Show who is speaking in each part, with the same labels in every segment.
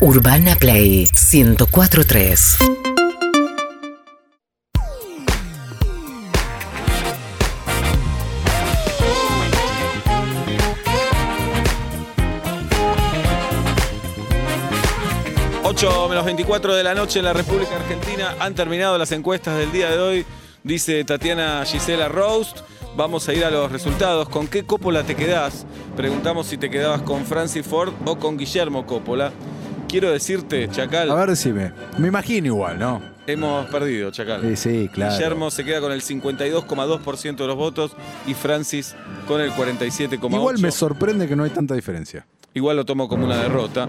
Speaker 1: Urbana Play 1043.
Speaker 2: Ocho menos 24 de la noche en la República Argentina. Han terminado las encuestas del día de hoy, dice Tatiana Gisela Roast. Vamos a ir a los resultados. ¿Con qué Coppola te quedás? Preguntamos si te quedabas con Francis Ford o con Guillermo Coppola. Quiero decirte,
Speaker 3: A
Speaker 2: Chacal,
Speaker 3: ver, decime. Me imagino igual, ¿no?
Speaker 2: hemos perdido, Chacal.
Speaker 3: Sí, sí, claro.
Speaker 2: Guillermo se queda con el 52,2% de los votos y Francis con el 47,8%.
Speaker 3: Igual me sorprende que no hay tanta diferencia.
Speaker 2: Igual lo tomo como una derrota.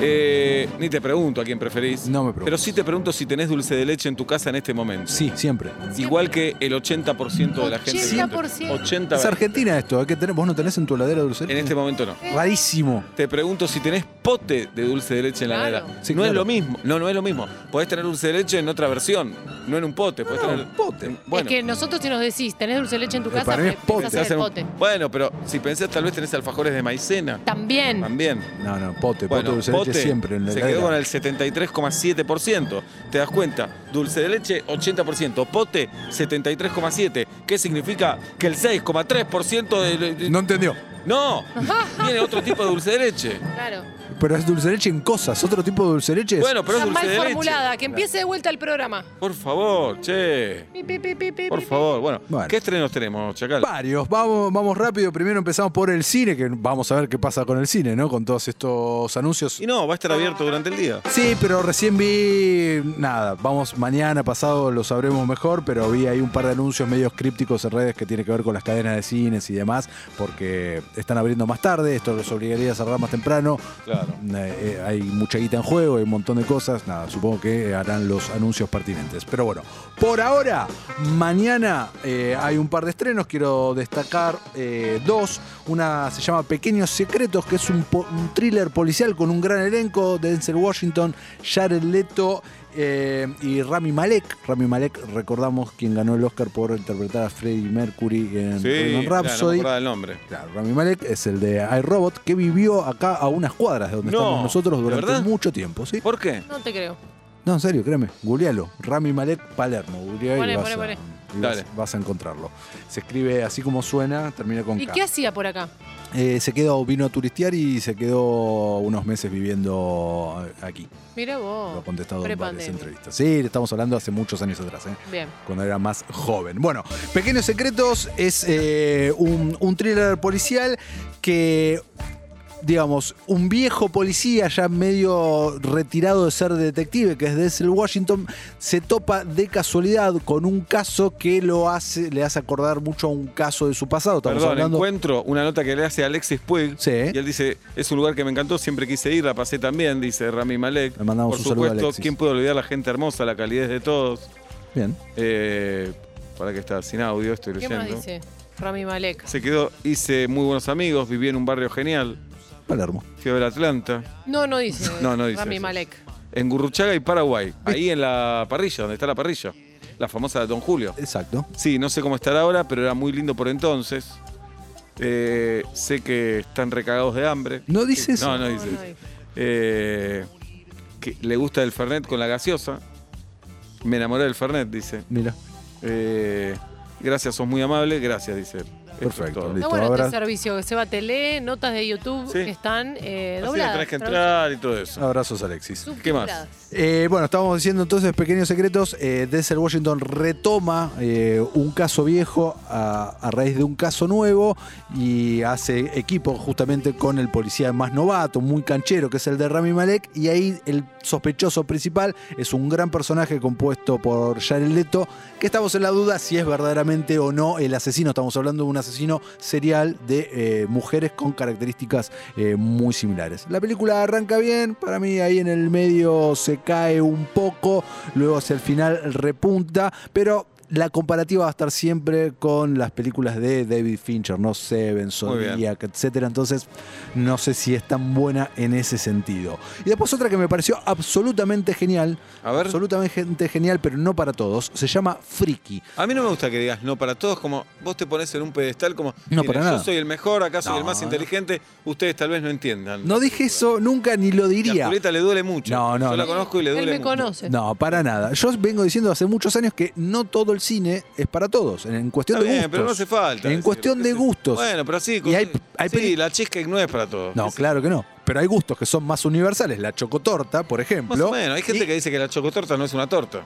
Speaker 2: Eh, ni te pregunto a quién preferís.
Speaker 3: No me preguntes.
Speaker 2: Pero sí te pregunto si tenés dulce de leche en tu casa en este momento.
Speaker 3: Sí, siempre.
Speaker 2: Igual que el 80% de la gente.
Speaker 4: 80%.
Speaker 2: 80%.
Speaker 3: Es Argentina esto, hay que tener- vos no tenés en tu heladera dulce. de
Speaker 2: En este
Speaker 3: leche?
Speaker 2: momento no.
Speaker 3: Rarísimo.
Speaker 2: Te pregunto si tenés pote de dulce de leche en la
Speaker 4: Claro.
Speaker 2: nevera.
Speaker 3: Sí,
Speaker 2: no es
Speaker 3: claro.
Speaker 2: lo mismo. No, no es lo mismo. Podés tener dulce de leche en otra versión. No en un pote. Podés tener. pote. Bueno. Eh,
Speaker 4: Es que nosotros si nos decís, tenés dulce de leche en tu
Speaker 3: Pero
Speaker 4: casa,
Speaker 3: para mí es
Speaker 4: pre-
Speaker 3: pote,
Speaker 4: pensás
Speaker 2: te
Speaker 4: en
Speaker 2: hacen
Speaker 4: el
Speaker 2: un-
Speaker 4: pote.
Speaker 2: Bueno, pero si pensás, tal vez tenés alfajores de maicena.
Speaker 4: También.
Speaker 2: También.
Speaker 3: No, no, pote, pote
Speaker 2: Bueno,
Speaker 3: dulce de
Speaker 2: pote
Speaker 3: leche siempre en la
Speaker 2: se
Speaker 3: heladera.
Speaker 2: quedó con el 73,7%. ¿Te das cuenta? Dulce de leche, 80%. Pote, 73,7%. ¿Qué significa? Que el 6,3% de, de-
Speaker 3: No entendió.
Speaker 2: ¡No! Viene otro tipo de dulce de leche.
Speaker 4: Claro.
Speaker 3: Pero es dulce de leche en cosas, otro tipo de dulce de leche. es-
Speaker 2: Bueno, pero es
Speaker 4: Está
Speaker 2: dulce
Speaker 4: mal
Speaker 2: de
Speaker 4: formulada,
Speaker 2: leche.
Speaker 4: que empiece de vuelta el programa.
Speaker 2: Por favor, che.
Speaker 4: Pi, pi, pi, pi, pi,
Speaker 2: Por
Speaker 4: pi.
Speaker 2: favor. Bueno,
Speaker 3: Bueno.
Speaker 2: ¿qué estrenos tenemos, Chacal?
Speaker 3: Varios, vamos, vamos rápido. Primero empezamos por el cine, que vamos a ver qué pasa con el cine, ¿no? Con todos estos anuncios.
Speaker 2: Y no, va a estar abierto durante el día.
Speaker 3: Sí, pero recién vi. Nada, vamos, mañana pasado lo sabremos mejor, pero vi ahí un par de anuncios medios crípticos en redes que tiene que ver con las cadenas de cines y demás, porque están abriendo más tarde, esto los obligaría a cerrar más temprano.
Speaker 2: Claro.
Speaker 3: Eh, eh, hay mucha guita en juego, hay un montón de cosas. Nada, supongo que harán los anuncios pertinentes. Pero bueno, por ahora, mañana eh, hay un par de estrenos. Quiero destacar eh, dos. Una se llama Pequeños Secretos, que es un, po- un thriller policial con un gran elenco: Denzel Washington, Jared Leto. eh, y Rami Malek, Rami Malek, recordamos quien ganó el Oscar por interpretar a Freddie Mercury en
Speaker 2: Sí,
Speaker 3: Bohemian
Speaker 2: claro, no me
Speaker 3: Rhapsody.
Speaker 2: acordaba el nombre.
Speaker 3: Claro, Rami Malek es el de iRobot que vivió acá a unas cuadras de donde
Speaker 2: No,
Speaker 3: estamos nosotros
Speaker 2: ¿de
Speaker 3: durante
Speaker 2: verdad?
Speaker 3: mucho tiempo, ¿sí?
Speaker 2: ¿Por qué?
Speaker 4: No te creo.
Speaker 3: No, en serio, créeme, googlealo. Rami Malek Palermo, googleá y
Speaker 4: Poné,
Speaker 3: vas,
Speaker 4: poné,
Speaker 3: a,
Speaker 4: poné.
Speaker 3: y vas-
Speaker 2: Dale.
Speaker 3: vas a encontrarlo. Se escribe así como suena, termina con
Speaker 4: ¿Y
Speaker 3: K.
Speaker 4: qué hacía por acá?
Speaker 3: Eh, se quedó, vino a turistear y se quedó unos meses viviendo eh, aquí.
Speaker 4: Mira
Speaker 3: Lo ha
Speaker 4: vos.
Speaker 3: contestado en varias
Speaker 4: Prepandemia.
Speaker 3: entrevistas. Sí, estamos hablando hace muchos años atrás, ¿eh?
Speaker 4: Bien.
Speaker 3: cuando era más joven. Bueno, Pequeños Secretos es eh, un, un thriller policial que, digamos, un viejo policía ya medio retirado de ser detective, que es Denzel Washington, se topa de casualidad con un caso que lo hace, le hace acordar mucho a un caso de su pasado. Estamos
Speaker 2: Perdón,
Speaker 3: hablando.
Speaker 2: encuentro una nota que le hace Alexis Puig.
Speaker 3: Sí.
Speaker 2: Y él dice, es un lugar que me encantó, siempre quise ir, la pasé también, dice Rami Malek.
Speaker 3: Le mandamos
Speaker 2: Por
Speaker 3: un saludo a
Speaker 2: supuesto,
Speaker 3: Alexis.
Speaker 2: ¿quién puede olvidar la gente hermosa, la calidez de todos?
Speaker 3: Bien.
Speaker 2: Eh, para que está sin audio, estoy
Speaker 4: ¿Qué
Speaker 2: leyendo.
Speaker 4: más dice? Rami Malek.
Speaker 2: Se quedó, hice muy buenos amigos, viví en un barrio genial,
Speaker 3: Palermo.
Speaker 2: fui a ver Atlanta,
Speaker 4: No, no dice.
Speaker 2: No, no dice
Speaker 4: Rami
Speaker 2: eso.
Speaker 4: Malek.
Speaker 2: en Gurruchaga y Paraguay, ahí en la parrilla, donde está la parrilla, la famosa de Don Julio.
Speaker 3: Exacto.
Speaker 2: Sí, no sé cómo estará ahora, pero era muy lindo por entonces. Eh, sé que están recagados de hambre. Eh,
Speaker 3: No dice eso.
Speaker 2: No, no dice.
Speaker 4: No, no
Speaker 2: eso.
Speaker 4: dice.
Speaker 2: Eh, que le gusta el Fernet con la gaseosa. Me enamoré del Fernet, dice.
Speaker 3: Mira.
Speaker 2: Eh, gracias, sos muy amable. Gracias, dice. Esto es
Speaker 3: Perfecto,
Speaker 2: todo.
Speaker 3: listo.
Speaker 4: Está bueno este
Speaker 3: ahora-
Speaker 4: servicio que se va a tele, notas de YouTube
Speaker 2: Sí.
Speaker 4: que están eh,
Speaker 2: Así que
Speaker 4: dobladas.
Speaker 2: tenés que entrar y todo eso.
Speaker 3: Abrazos, Alexis.
Speaker 2: ¿Qué más?
Speaker 4: Subtituladas.
Speaker 3: Eh, bueno, estábamos diciendo entonces pequeños secretos. Eh, Denzel Washington retoma eh, un caso viejo a, a raíz de un caso nuevo y hace equipo justamente con el policía más novato, muy canchero, que es el de Rami Malek. Y ahí el sospechoso principal es un gran personaje compuesto por Jared Leto, que estamos en la duda si es verdaderamente o no el asesino. Estamos hablando de un asesino serial de eh, mujeres con características eh, muy similares. La película arranca bien, para mí ahí en el medio se cae un poco, luego hacia el final repunta, pero la comparativa va a estar siempre con las películas de David Fincher, ¿no? Seven,
Speaker 2: bien.
Speaker 3: Zodiac, etcétera. Entonces, no sé si es tan buena en ese sentido. Y después otra que me pareció absolutamente genial.
Speaker 2: A ver.
Speaker 3: Absolutamente genial, pero no para todos. Se llama Friki.
Speaker 2: A mí no me gusta que digas no para todos, como vos te pones en un pedestal como
Speaker 3: No,
Speaker 2: "Mira,
Speaker 3: para
Speaker 2: yo
Speaker 3: nada.
Speaker 2: soy el mejor, acá soy el más
Speaker 3: No, no.
Speaker 2: inteligente, ustedes tal vez no entiendan.
Speaker 3: No dije eso nunca ni lo
Speaker 2: Y a
Speaker 3: diría.
Speaker 2: Julieta le duele mucho.
Speaker 3: No, no,
Speaker 2: Yo la
Speaker 3: no.
Speaker 2: conozco y le
Speaker 4: Él
Speaker 2: duele
Speaker 4: me
Speaker 2: mucho.
Speaker 4: conoce.
Speaker 3: No, para nada. Yo vengo diciendo hace muchos años que no todo el cine es para todos. En- En cuestión
Speaker 2: Está
Speaker 3: de
Speaker 2: bien,
Speaker 3: gustos.
Speaker 2: pero no hace falta.
Speaker 3: En
Speaker 2: decirlo.
Speaker 3: cuestión de gustos.
Speaker 2: Bueno, pero sí,
Speaker 3: Y hay- hay
Speaker 2: sí,
Speaker 3: peli-
Speaker 2: la cheesecake no es para todos.
Speaker 3: No,
Speaker 2: Es-
Speaker 3: claro que no. Pero hay gustos que son más universales. La chocotorta, por ejemplo.
Speaker 2: Más o menos, hay gente
Speaker 3: Y-
Speaker 2: que dice que la chocotorta no es una torta.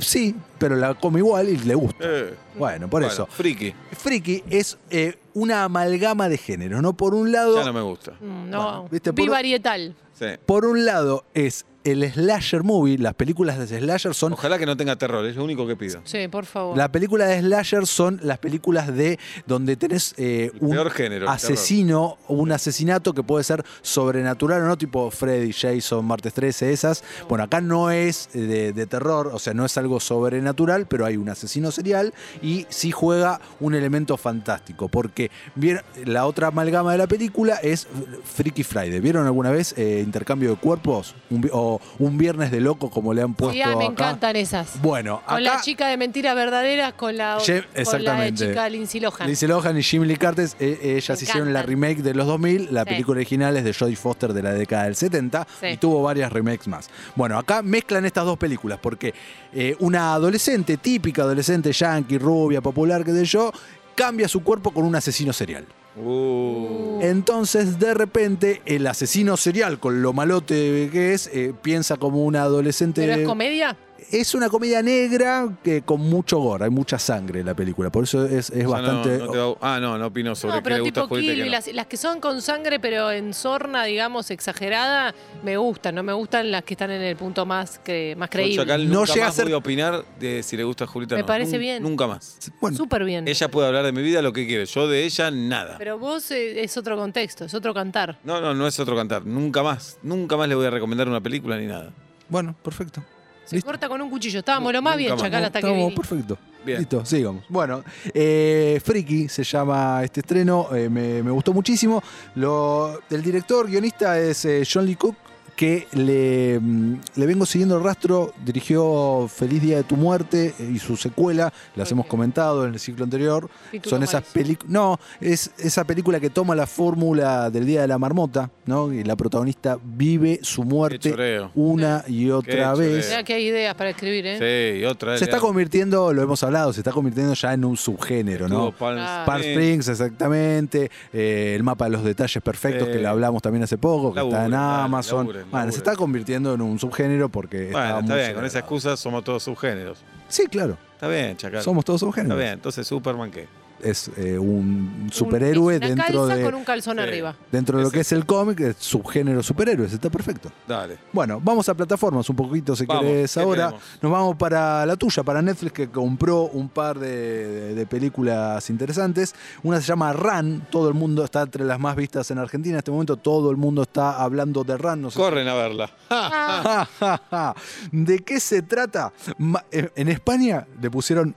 Speaker 3: Sí, pero la come igual y le gusta.
Speaker 2: Eh,
Speaker 3: Bueno, por
Speaker 2: bueno,
Speaker 3: eso.
Speaker 2: Friki,
Speaker 3: Friki es eh, una amalgama de géneros, ¿no? Por un lado,
Speaker 2: ya no me gusta.
Speaker 4: Mm, No,
Speaker 3: Bueno, viste, por-
Speaker 4: bivarietal.
Speaker 2: Sí.
Speaker 3: por un lado es el slasher movie, las películas de slasher son
Speaker 2: Ojalá que no tenga terror, es lo único que pido.
Speaker 4: Sí, por favor.
Speaker 3: Las películas de slasher son las películas de donde tenés eh,
Speaker 2: El
Speaker 3: un
Speaker 2: peor género, el
Speaker 3: asesino, un asesinato que puede ser sobrenatural o no, tipo Freddy, Jason, Martes 13, esas. Bueno, acá no es eh, de, de terror, o sea, no es algo sobrenatural, pero hay un asesino serial y sí juega un elemento fantástico, porque bien, la otra amalgama de la película es Freaky Friday. ¿Vieron alguna vez eh, intercambio de cuerpos Un vi- o un viernes de loco como le han puesto
Speaker 4: Sí, ah, me
Speaker 3: acá?
Speaker 4: encantan esas.
Speaker 3: Bueno,
Speaker 4: Con
Speaker 3: acá
Speaker 4: la chica de mentiras verdaderas, con la,
Speaker 3: Ye-
Speaker 4: con la
Speaker 3: exactamente.
Speaker 4: chica Lindsay Lohan.
Speaker 3: Lindsay Lohan y Jim Lee Curtis, eh, eh, ellas
Speaker 4: Me
Speaker 3: hicieron la
Speaker 4: encantan.
Speaker 3: remake de los 2000, la
Speaker 4: Sí.
Speaker 3: película original es de Jodie Foster de la década del 70
Speaker 4: Sí.
Speaker 3: y tuvo varias remakes más. Bueno, acá mezclan estas dos películas porque eh, una adolescente, típica adolescente yankee, rubia, popular, qué sé yo, cambia su cuerpo con un asesino serial.
Speaker 2: Uh.
Speaker 3: Entonces, de repente, el asesino serial, con lo malote que es, eh, piensa como una adolescente...
Speaker 4: ¿Pero es comedia?
Speaker 3: Es una comedia negra que con mucho gore, hay mucha sangre en la película, por eso
Speaker 2: O
Speaker 3: es, es
Speaker 2: sea, no-
Speaker 3: bastante...
Speaker 2: no te va- ah, no, no opino sobre
Speaker 4: No,
Speaker 2: qué le
Speaker 4: pero
Speaker 2: gusta a
Speaker 4: tipo
Speaker 2: Julieta. y
Speaker 4: Kill
Speaker 2: qué
Speaker 4: Bill,
Speaker 2: no.
Speaker 4: las, las que son con sangre pero en sorna, digamos, exagerada, me gustan. No me gustan las que están en el punto más, cre- más
Speaker 2: Con
Speaker 4: creíble.
Speaker 2: Chacal
Speaker 3: No
Speaker 2: nunca
Speaker 3: llega a
Speaker 2: más
Speaker 3: ser-
Speaker 2: voy a opinar de si le gusta a Julieta o
Speaker 4: Me
Speaker 2: no.
Speaker 4: parece
Speaker 2: Nun-
Speaker 4: bien.
Speaker 2: Nunca más.
Speaker 3: Bueno,
Speaker 4: Súper bien.
Speaker 2: Ella puede hablar de mi vida lo que quiere, yo de ella nada.
Speaker 4: Pero vos eh, es otro contexto, es otro cantar.
Speaker 2: No, no, no es otro cantar. Nunca más. Nunca más le voy a recomendar una película ni nada.
Speaker 3: Bueno, perfecto.
Speaker 4: Se
Speaker 3: Listo.
Speaker 4: corta con un cuchillo. Estábamos lo más
Speaker 2: Nunca
Speaker 4: bien,
Speaker 2: más.
Speaker 4: Chacal, hasta que
Speaker 3: Estamos
Speaker 4: viniste.
Speaker 3: perfecto.
Speaker 2: Bien.
Speaker 3: Listo, sigamos. Bueno, eh, Friki se llama este estreno, eh, me, me gustó muchísimo. Lo, el director guionista es eh, John Lee Cook, que le, mm, le vengo siguiendo el rastro, dirigió Feliz Día de tu Muerte eh, y su secuela, las
Speaker 4: Ok.
Speaker 3: hemos comentado en el ciclo anterior.
Speaker 4: Título
Speaker 3: Son esas
Speaker 4: malísimo.
Speaker 3: películas. No, es esa película que toma la fórmula del Día de la Marmota, ¿no? Y la protagonista vive su
Speaker 2: Qué
Speaker 3: muerte
Speaker 2: choreo.
Speaker 3: una y otra
Speaker 2: Qué
Speaker 3: vez.
Speaker 2: choreo.
Speaker 4: Mirá que hay ideas para escribir, ¿eh?
Speaker 2: Sí, y otra vez.
Speaker 3: Se
Speaker 2: le
Speaker 3: está
Speaker 2: damos.
Speaker 3: convirtiendo, lo hemos hablado, se está convirtiendo ya en un subgénero,
Speaker 2: Estuvo
Speaker 3: ¿no?
Speaker 2: Palm
Speaker 4: Ah.
Speaker 2: Springs.
Speaker 3: Par Springs, exactamente. eh, el mapa de los detalles perfectos,
Speaker 2: Sí.
Speaker 3: que lo hablamos también hace poco, que está
Speaker 2: Laburen,
Speaker 3: en
Speaker 2: Eh, dale,
Speaker 3: Amazon.
Speaker 2: laburen,
Speaker 3: Bueno,
Speaker 2: laburen.
Speaker 3: se está convirtiendo en un subgénero porque.
Speaker 2: Bueno, está
Speaker 3: estaba muy
Speaker 2: bien, con esa
Speaker 3: sobrevalorado.
Speaker 2: excusa somos todos subgéneros.
Speaker 3: Sí, claro.
Speaker 2: Está bien, Chacal.
Speaker 3: Somos todos
Speaker 2: Está
Speaker 3: subgéneros.
Speaker 2: bien, entonces Superman qué.
Speaker 3: Es eh, un
Speaker 4: Un-
Speaker 3: superhéroe
Speaker 4: es una
Speaker 3: dentro
Speaker 4: calza
Speaker 3: de.
Speaker 4: con un calzón
Speaker 2: Sí.
Speaker 4: arriba.
Speaker 3: Dentro de lo que es el cómic, es subgénero superhéroes, está perfecto.
Speaker 2: Dale.
Speaker 3: Bueno, vamos a plataformas un poquito si
Speaker 2: Vamos,
Speaker 3: querés
Speaker 2: ¿qué
Speaker 3: ahora.
Speaker 2: tenemos?
Speaker 3: Nos vamos para la tuya, para Netflix que compró un par de, de- de películas interesantes. Una se llama Run, todo el mundo está entre las más vistas en Argentina en este momento, todo el mundo está hablando de Run. No sé-
Speaker 2: Corren a verla.
Speaker 4: Ah.
Speaker 3: Ja, ja, ja. ¿De qué se trata? Ma- en en España le pusieron...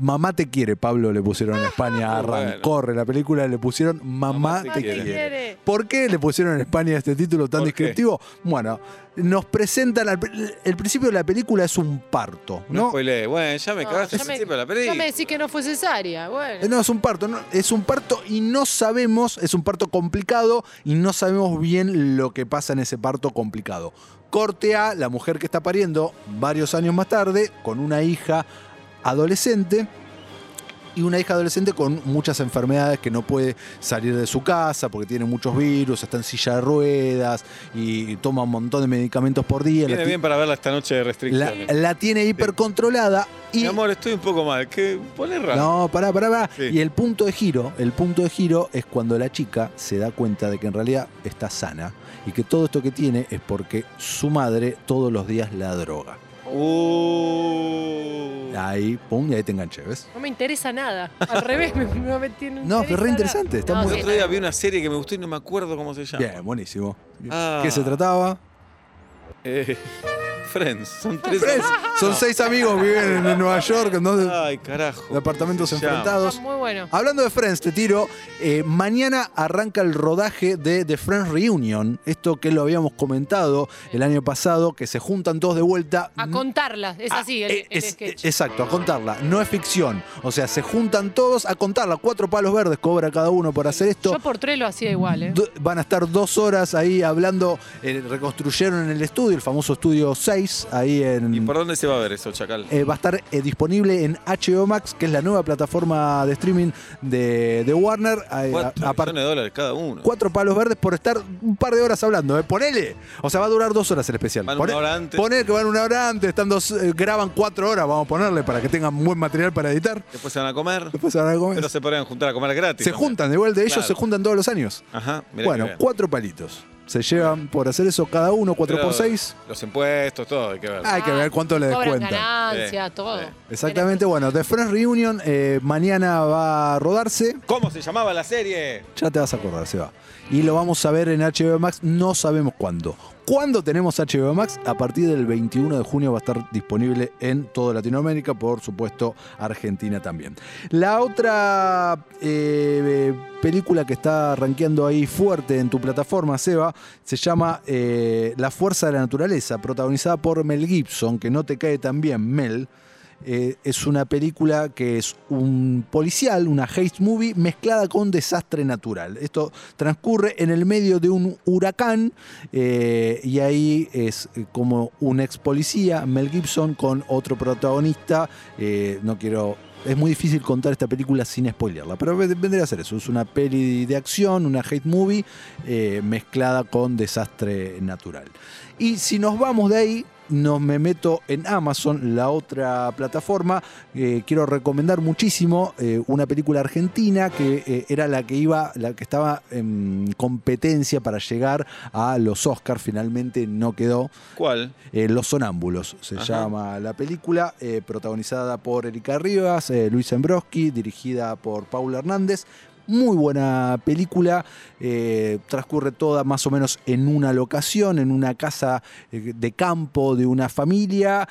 Speaker 3: Mamá te quiere, Pablo le pusieron en España a
Speaker 2: Muy
Speaker 3: Run.
Speaker 2: bueno.
Speaker 3: Corre la película, le pusieron Mamá,
Speaker 2: te
Speaker 3: te
Speaker 2: quiere.
Speaker 3: quiere. ¿Por qué le pusieron en España este título tan
Speaker 2: ¿Por qué?
Speaker 3: descriptivo? Bueno, nos presentan al, el principio de la película es un parto,
Speaker 2: No,
Speaker 3: ¿no?
Speaker 2: spoileé. Bueno, ya me
Speaker 4: No,
Speaker 2: cagaste
Speaker 4: ya
Speaker 2: al
Speaker 4: me-
Speaker 2: principio de la
Speaker 4: Ya
Speaker 2: película.
Speaker 4: me decís que no fue cesárea. Bueno.
Speaker 3: Eh, No, es un parto, no, es un parto y no sabemos, es un parto complicado y no sabemos bien lo que pasa en ese parto complicado. Corte a la mujer que está pariendo varios años más tarde con una hija adolescente y una hija adolescente con muchas enfermedades que no puede salir de su casa porque tiene muchos virus, está en silla de ruedas y toma un montón de medicamentos por día. La,
Speaker 2: Viene
Speaker 3: ti-
Speaker 2: bien para verla esta noche de
Speaker 3: la-
Speaker 2: restricciones.
Speaker 3: la tiene hipercontrolada y...
Speaker 2: Mi amor, estoy un poco mal. ¿Qué? Poné raro.
Speaker 3: No, pará, pará, pará.
Speaker 2: Sí.
Speaker 3: Y el punto de giro, el punto de giro es cuando la chica se da cuenta de que en realidad está sana y que todo esto que tiene es porque su madre todos los días la droga.
Speaker 2: Uh.
Speaker 3: Ahí, pum, y ahí te enganché, ¿ves?
Speaker 4: No me interesa nada. Al revés, me, no me tiene
Speaker 3: No, pero re interesante, está
Speaker 4: No,
Speaker 3: muy-
Speaker 2: El
Speaker 4: sí,
Speaker 2: otro día vi una serie que me gustó y no me acuerdo cómo se llama.
Speaker 3: Bien, buenísimo.
Speaker 2: Ah.
Speaker 3: ¿Qué se trataba?
Speaker 2: Eh, Friends. Son tres.
Speaker 3: Friends. Son
Speaker 2: No.
Speaker 3: seis amigos que viven en Nueva York, en dos
Speaker 2: Ay, carajo.
Speaker 3: departamentos
Speaker 2: ¿cómo se llama?
Speaker 4: Está
Speaker 3: enfrentados.
Speaker 4: muy bueno.
Speaker 3: Hablando de Friends, te tiro. eh, mañana arranca el rodaje de The Friends Reunion. Esto que lo habíamos comentado el año pasado, que se juntan todos de vuelta.
Speaker 4: A contarla, es
Speaker 3: Ah,
Speaker 4: así el,
Speaker 3: eh,
Speaker 4: el
Speaker 3: es-
Speaker 4: sketch.
Speaker 3: eh, Exacto, a contarla. No es ficción. O sea, se juntan todos a contarla. Cuatro palos verdes cobra cada uno por hacer
Speaker 2: eh,
Speaker 3: esto.
Speaker 4: Yo por tres lo hacía igual, ¿eh?
Speaker 3: Do- Van a estar dos horas ahí hablando. eh, reconstruyeron en el estudio, el famoso estudio 6, ahí en.
Speaker 2: ¿Y por dónde se va a ver eso, Chacal?
Speaker 3: Eh, va a estar eh, disponible en HBO Max, que es la nueva plataforma de streaming de, de Warner. Eh,
Speaker 2: Cuatro
Speaker 3: a- a par-
Speaker 2: millones de dólares cada uno.
Speaker 3: cuatro palos verdes por estar un par de horas hablando. eh. Ponele. O sea, va a durar dos horas el especial.
Speaker 2: Van
Speaker 3: Poné-
Speaker 2: una hora antes.
Speaker 3: Poner que van una hora antes, están dos, eh, graban cuatro horas, vamos a ponerle para que tengan buen material para editar.
Speaker 2: Después se van a comer.
Speaker 3: Después se van a comer.
Speaker 2: Pero se podrían juntar a comer gratis.
Speaker 3: Pues, Se
Speaker 2: también.
Speaker 3: juntan, igual de ellos
Speaker 2: Claro.
Speaker 3: se juntan todos los años.
Speaker 2: Ajá, mirá
Speaker 3: bueno,
Speaker 2: que bien.
Speaker 3: cuatro palitos. Se llevan por hacer eso cada uno, cuatro
Speaker 2: Pero
Speaker 3: por seis.
Speaker 2: Los impuestos, todo, hay que ver.
Speaker 3: Hay que ver cuánto le
Speaker 4: Ah, Cobran
Speaker 3: descuentan.
Speaker 4: ganancia,
Speaker 2: Sí,
Speaker 4: todo.
Speaker 2: sí.
Speaker 3: Exactamente, bueno, The Friends Reunion eh, mañana va a rodarse.
Speaker 2: ¿Cómo se llamaba la serie?
Speaker 3: Ya te vas a acordar, se va. Y lo vamos a ver en HBO Max, no sabemos cuándo. ¿Cuándo tenemos HBO Max? A partir del 21 de junio va a estar disponible en toda Latinoamérica, por supuesto Argentina también. La otra eh, película que está rankeando ahí fuerte en tu plataforma, Seba, se llama eh, La Fuerza de la Naturaleza, protagonizada por Mel Gibson, que no te cae tan bien, Mel. Eh, es una película que es un policial, una hate movie mezclada con desastre natural. Esto transcurre en el medio de un huracán eh, y ahí es eh, como un ex policía, Mel Gibson, con otro protagonista. eh, no quiero. Es muy difícil contar esta película sin spoilearla, pero ve- vendría a ser eso. Es una peli de acción, una hate movie eh, mezclada con desastre natural. Y si nos vamos de ahí, nos me meto en Amazon, la otra plataforma. Eh, quiero recomendar muchísimo eh, una película argentina que eh, era la que iba, la que estaba en competencia para llegar a los Oscars. Finalmente no quedó.
Speaker 2: ¿Cuál?
Speaker 3: Eh, los Sonámbulos se
Speaker 2: Ajá.
Speaker 3: llama la película, eh, protagonizada por Erika Rivas, eh, Luis Embroski, dirigida por Paula Hernández. Muy buena película, eh, transcurre toda más o menos en una locación, en una casa eh, de campo de una familia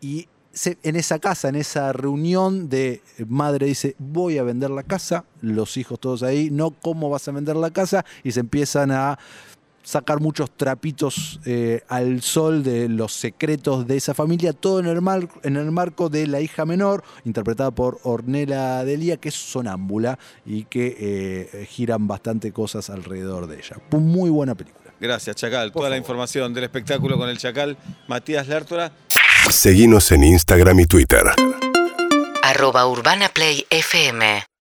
Speaker 3: y se- en esa casa, en esa reunión de eh, madre dice, voy a vender la casa, los hijos todos ahí, no, ¿cómo vas a vender la casa? Y se empiezan a sacar muchos trapitos eh, al sol de los secretos de esa familia, todo en el, mar- en el marco de la hija menor, interpretada por Ornella Delia, que es sonámbula y que eh, giran bastante cosas alrededor de ella. Fue Muy buena película.
Speaker 2: Gracias, Chacal.
Speaker 3: Por
Speaker 2: Toda la
Speaker 3: favor.
Speaker 2: información del espectáculo con el Chacal. Matías Lártora.
Speaker 5: Seguinos en Instagram y Twitter.
Speaker 1: Arroba Urbana Play FM